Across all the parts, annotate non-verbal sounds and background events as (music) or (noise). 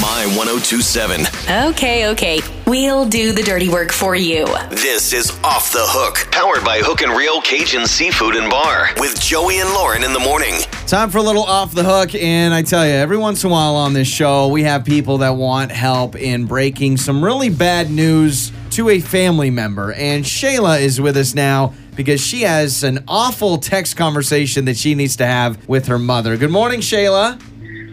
My 1027. Okay, okay. We'll do the dirty work for you. This is Off the Hook, powered by Hook and Reel Cajun Seafood and Bar with Joey and Lauren in the morning. Time for a little off the hook. And I tell you, every once in a while on this show, we have people that want help in breaking some really bad news to a family member. And Shayla is with us now because she has an awful text conversation that she needs to have with her mother. Good morning, Shayla.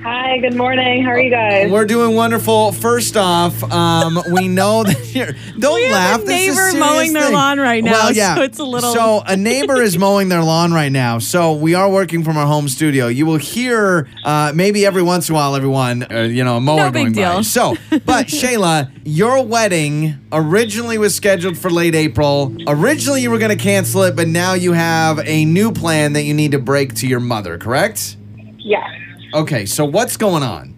Hi, good morning. How are you guys? We're doing wonderful. First off, um, we know that (laughs) you're. Don't have laugh. a this is a neighbor serious mowing their thing. lawn right now, Well, yeah. so it's a little- So a neighbor (laughs) is mowing their lawn right now. So we are working from our home studio. You will hear uh, maybe every once in a while, everyone, uh, you know, a mower No big going by. deal. (laughs) So, but Shayla, your wedding originally was scheduled for late April. Originally, you were going to cancel it, but now you have a new plan that you need to break to your mother. Correct? Yes. Okay. So what's going on?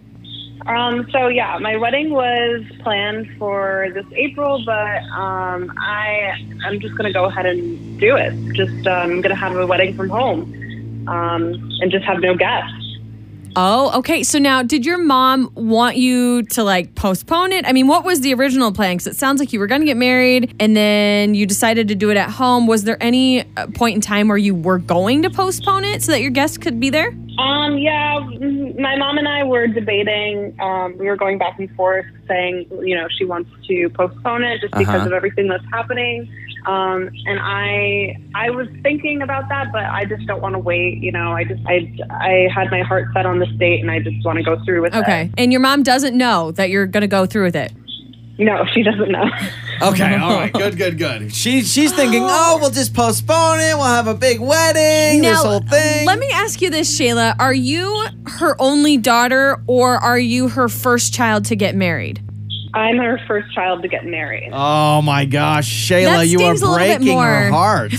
Um, so yeah, my wedding was planned for this April, but um, I I'm just gonna go ahead and do it. Just um, gonna have a wedding from home, um, and just have no guests. Oh, okay. So now, did your mom want you to like postpone it? I mean, what was the original plan? Because it sounds like you were going to get married and then you decided to do it at home. Was there any uh, point in time where you were going to postpone it so that your guests could be there? Um, yeah, mm, my mom and I were debating. Um, we were going back and forth, saying, you know, she wants to postpone it just because of everything that's happening. Um, and I, I was thinking about that, but I just don't want to wait. You know, I just, I, I had my heart set on this date, and I just want to go through with Okay. And your mom doesn't know that you're going to go through with it. it. No, she doesn't know. (laughs) Okay, all (laughs) right, good, good, good. She she's thinking, oh, we'll just postpone it. We'll have a big wedding. this whole thing. uh, let me ask you this, Shayla. Are you her only daughter or are you her first child to get married? I'm her first child to get married. Oh my gosh, Shayla, That you are stings a little bit breaking her more. (laughs) heart.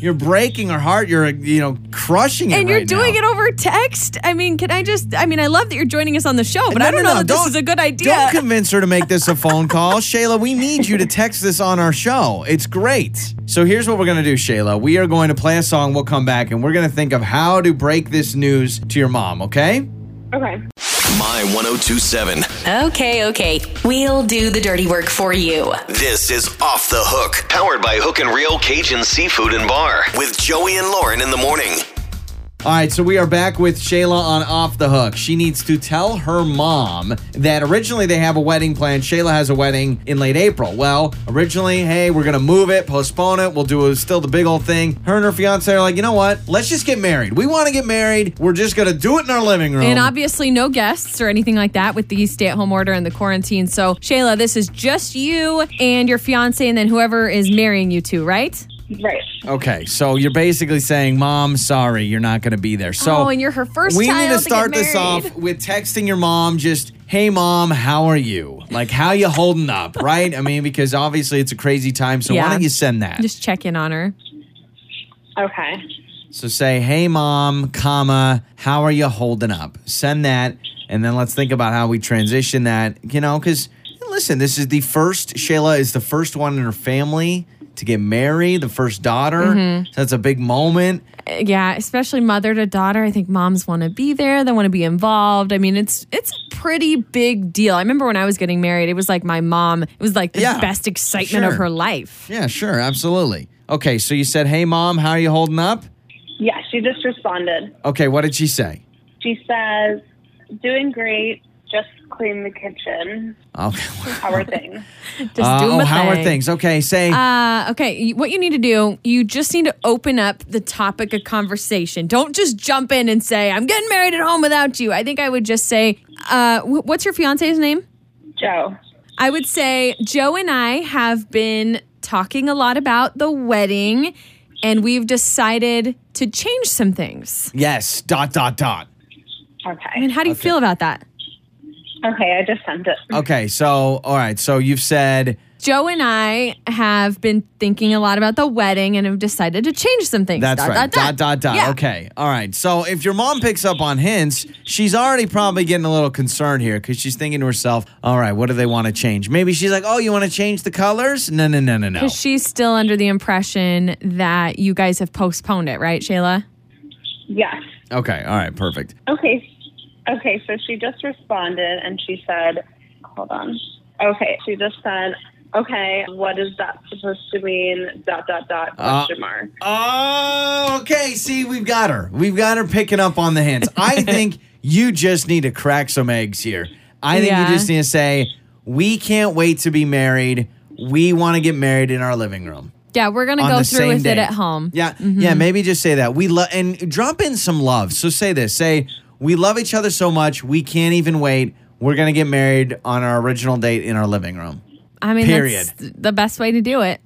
you're breaking her heart. You're you know crushing it. and you're doing it over text. I mean, can I just? I mean, I love that you're joining us on the show, but I don't know that this is a good idea. Don't convince her to make this a phone call. (laughs) Shayla, we need you to text this on our show. It's great. So here's what we're going to do, Shayla. We are going to play a song. We'll come back and we're going to think of how to break this news to your mom, okay? Okay. My 1027. Okay, okay. We'll do the dirty work for you. This is Off the Hook, powered by Hook and Reel Cajun Seafood and Bar with Joey and Lauren in the morning. All right, so we are back with Shayla on Off the Hook. She needs to tell her mom that originally they have a wedding plan. Shayla has a wedding in late April. Well, originally, hey, we're going to move it, postpone it. We'll do still the big old thing. Her and her fiance are like, you know what? Let's just get married. We want to get married. We're just going to do it in our living room. and obviously, no guests or anything like that with the stay at home order and the quarantine. So, Shayla, this is just you and your fiance, and then whoever is marrying you two, right? Right. okay, so you're basically saying, Mom, sorry, you're not going to be there. So oh, and you're her first we child need to to start get this off married. with texting your mom just hey mom how are you like how you holding up (laughs) right i mean because obviously it's a crazy time so why Yeah. don't you send that Just check in on her. Okay. so say hey mom comma how are you holding up send that and then let's think about how we transition that you know because listen this is the first shayla is the first one in her family to get married the first daughter Mm-hmm. so that's a big moment Uh, Yeah, especially mother to daughter. I think moms want to be there. They want to be involved. I mean, it's it's a pretty big deal. I remember when I was getting married, it was like my mom. It was like the Yeah, best excitement of sure. her life. yeah sure absolutely okay so you said hey mom how are you holding up Yeah, she just responded. Okay, what did she say? She says, "Doing great. Just clean the kitchen. Okay. (laughs) How are things?" Just Uh, do oh, 'em a how are thing. things? Okay, say Uh, okay, you- what you need to do, you just need to open up the topic of conversation. Don't just jump in and say, "I'm getting married at home without you." I think I would just say, uh, wh- "What's your fiance's name?" Joe. I would say Joe and I have been talking a lot about the wedding, and we've decided to change some things. yes. Dot dot dot. Okay. I mean, how do you feel about that? Okay, I just sent it. Okay, so all right, so you've said Joe and I have been thinking a lot about the wedding and have decided to change some things. that's Dot, right. Dot dot dot. Yeah. Okay, all right. So if your mom picks up on hints, she's already probably getting a little concerned here because she's thinking to herself, "All right, what do they want to change?" Maybe she's like, "Oh, you want to change the colors?" No, no, no, no, no. Because she's still under the impression that you guys have postponed it, right, Shayla? Yes. Okay, all right, perfect. Okay. Okay, so she just responded and she said, hold on. Okay, she just said, okay, what is that supposed to mean? Dot, dot, dot, Uh. question mark. Oh, okay. See, we've got her. We've got her picking up on the hints. (laughs) I think you just need to crack some eggs here. I think Yeah. you just need to say, "We can't wait to be married. We want to get married in our living room." Yeah, we're gonna on go the through same with it day. at home. Mm-hmm. Yeah, yeah. Maybe just say that we love and drop in some love. So say this: say we love each other so much we can't even wait. We're gonna get married on our original date in our living room. I mean, Period. that's the best way to do it.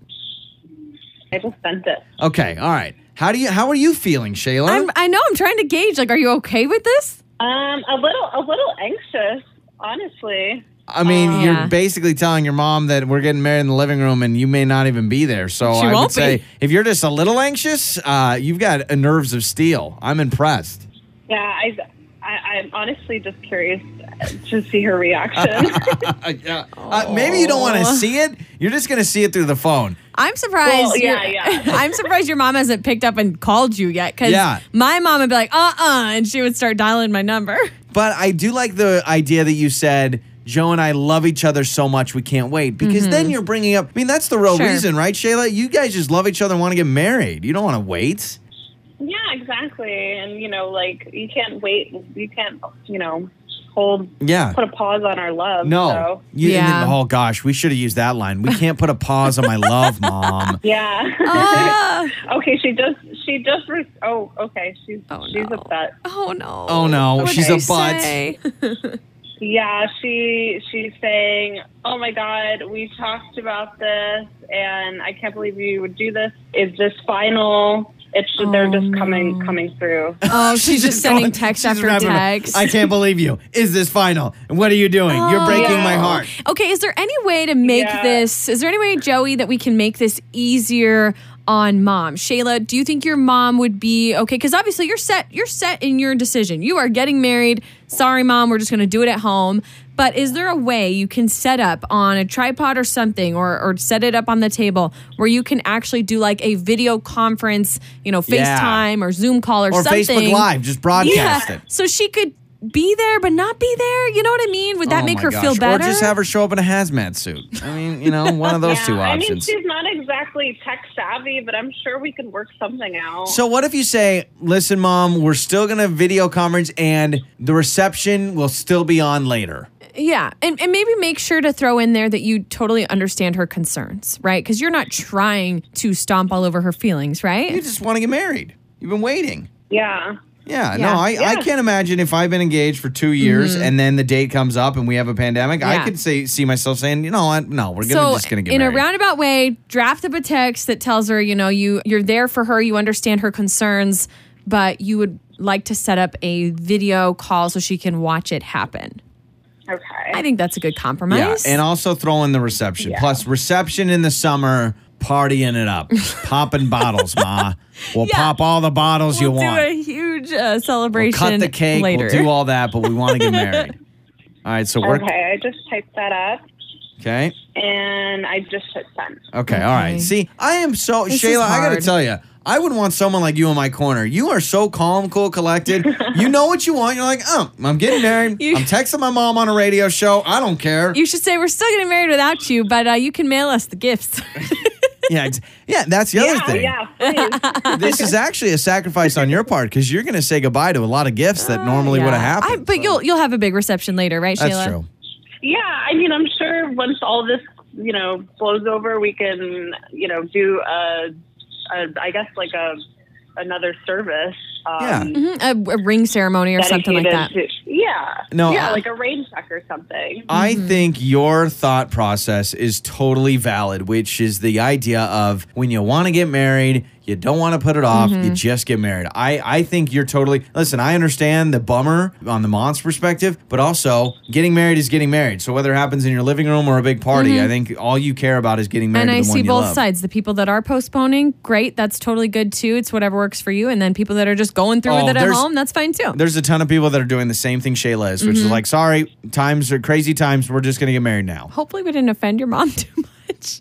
I just sent it. Okay, all right. How do you? How are you feeling, Shayla? I'm, I know. I'm trying to gauge. Like, are you okay with this? Um, a little, a little anxious, honestly. I mean, Oh, Yeah. you're basically telling your mom that we're getting married in the living room, and you may not even be there. So She I won't would be. say, if you're just a little anxious, uh, you've got uh, nerves of steel. I'm impressed. Yeah, I, I, I'm honestly just curious to see her reaction. (laughs) Uh, yeah. Uh, maybe you don't want to Aw. see it. You're just going to see it through the phone. I'm surprised. Well, (laughs) yeah, your- yeah. I'm surprised your mom hasn't picked up and called you yet. Because Yeah. my mom would be like, uh, uh and she would start dialing (laughs) my number. (laughs) But I do like the idea that you said. Joe and I love each other so much we can't wait because then you're bringing up. I mean, that's the real Mm-hmm. Sure. reason, right, Shayla? You guys just love each other and want to get married. You don't want to wait. yeah, exactly. And you know, like you can't wait. You can't, you know, hold. Yeah. Put a pause on our love. No. So. You, and then- Yeah. oh gosh, we should have used that line. We can't put a pause on my love, (laughs) mom. Yeah. (laughs) Oh, Ah. okay, she just she just re- oh okay she's Oh, she's no. upset. oh no. Oh, no. What'd She's a she butt. (laughs) say? Yeah, she she's saying, "Oh my God, we talked about this, and I can't believe you would do this. Is this final? It's they're just coming coming through." Oh, she's, just, sending going- text she's after wrapping it up. text. Oh, I can't believe you. Is this final? And What are you doing? You're breaking my yeah. heart. Okay, is there any way to make Yeah. this? Is there any way, Joey, that we can make this easier on mom? Shayla, do you think your mom would be okay? Because obviously you're set. You're set in your decision. You are getting married. Sorry, mom. We're just going to do it at home. But is there a way you can set up on a tripod or something, or, or set it up on the table where you can actually do like a video conference, you know, Yeah. FaceTime or Zoom call or, Or something? Facebook Live, just broadcast Yeah. it. So she could be there but not be there. You know what I mean? Would that Oh make my her gosh. feel better? Or just have her show up in a hazmat suit. I mean, you know, one of those (laughs) yeah, (laughs) two I mean options. she's not exactly tech savvy, but I'm sure we could work something out. so what if you say, "Listen, mom, we're still going to video conference and the reception will still be on later." yeah. And, and maybe make sure to throw in there that you totally understand her concerns, right? Because you're not trying to stomp all over her feelings, You right? just want to get married. You've been waiting. yeah, Yeah, Yeah. Mm-hmm. no, I, I can't imagine if I've been engaged for two years and then the date comes up and we have a pandemic, Yeah. I could say see myself saying, you know what, no, we're gonna So just gonna get in married. a roundabout way, draft up a text that tells her, you know, you you're there for her, you understand her concerns, but you would like to set up a video call so she can watch it happen. okay. I think that's a good yeah, compromise. and also throw in the reception. Plus reception in the summer, partying it (laughs) up, popping bottles, ma. We'll Yeah. pop all the bottles we'll you want. do a huge uh, we'll celebration cut the cake. later. We'll do all that, but we want to get (laughs) married. All right, so we're okay, I just typed that up okay. and I just hit send. Okay, all Okay. right. See, I am so This is Shayla. I gotta hard. tell you, I would want someone like you in my corner. You are so calm, cool, collected. you know what you want. You're like, oh, I'm getting married. You- I'm texting my mom on a radio show. I don't care. You should say we're still getting married without you, but uh, you can mail us the gifts. (laughs) yeah, ex- yeah. That's the Yeah, other thing. yeah, please. This is actually a sacrifice on your part because you're gonna say goodbye to a lot of gifts that normally would have happened. Uh, I- but you'll you'll have a big reception later, right, that's Sheila? true. (laughs) Yeah, I mean, I'm sure once all this, you know, blows over, we can, you know, do a, a I guess like a another service. Um, Yeah. Mhm, A, a ring ceremony or something like that. dedicated to- yeah. No, Yeah, I- like a rain check or something. I Mm-hmm. think your thought process is totally valid, which is the idea of when you want to get married, you don't want to put it off, Mm-hmm. you just get married. I, I think you're totally, listen, I understand the bummer on the mom's perspective, but also getting married is getting married. So whether it happens in your living room or a big party, I think all you care about is getting married Mm-hmm. And to the I one see you both love. sides. The people that are postponing, great, that's totally good too. It's whatever works for you. And then people that are just going through Oh, with it at there's- home, that's fine too. There's a ton of people that are doing the same thing Shayla is, which Mm-hmm. is like, sorry, times are crazy times. We're just going to get married now. Hopefully, we didn't offend your mom (laughs) too much.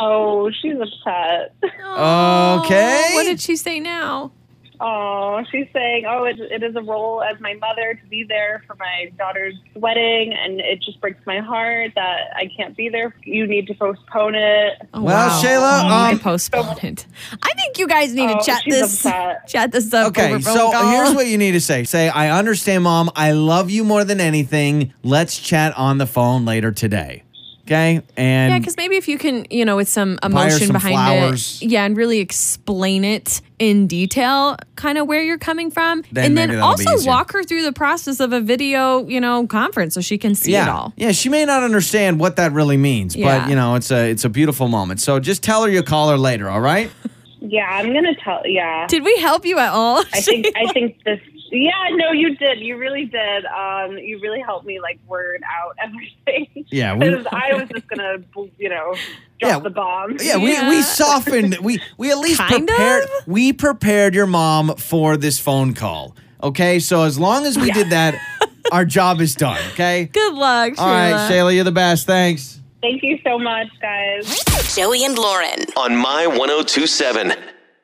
Oh, she's upset. Oh, Okay. what did she say now? Oh, she's saying, oh, it, it is a role as my mother to be there for my daughter's wedding, and it just breaks my heart that I can't be there. You need to postpone it. Oh, Well, Shayla, I um, postponed it. I think you guys need Oh, to chat she's this upset. chat this up. Okay, over phone so call. here's what you need to say. Say, I understand, mom. I love you more than anything. Let's chat on the phone later today. Okay? Yeah, And because maybe if you can, you know, with some her emotion some behind flowers. it, yeah, and really explain it in detail, kind of where you're coming from, Then and maybe then that'll be also easier. walk her through the process of a video, you know, conference so she can see yeah, it all. yeah, she may not understand what that really means, Yeah. but you know, it's a it's a beautiful moment. So just tell her you'll call her later, all (laughs) right? Yeah, I'm gonna tell. Yeah, Did we help you at all? I think I think this. Yeah, no, you did. You really did. Um, you really helped me like word out (laughs) everything. Yeah, we- because I was just gonna, you know, drop Yeah, the bomb. Yeah, we, Yeah. we softened. We we at least Kind prepared. of? We prepared your mom for this phone call. Okay, so as long as we did (laughs) that, our job is done. Okay. (laughs) Good luck, All right, Shayla, you're the best. Thanks. Thank you so much, guys. Joey and Lauren. oh on My 1027.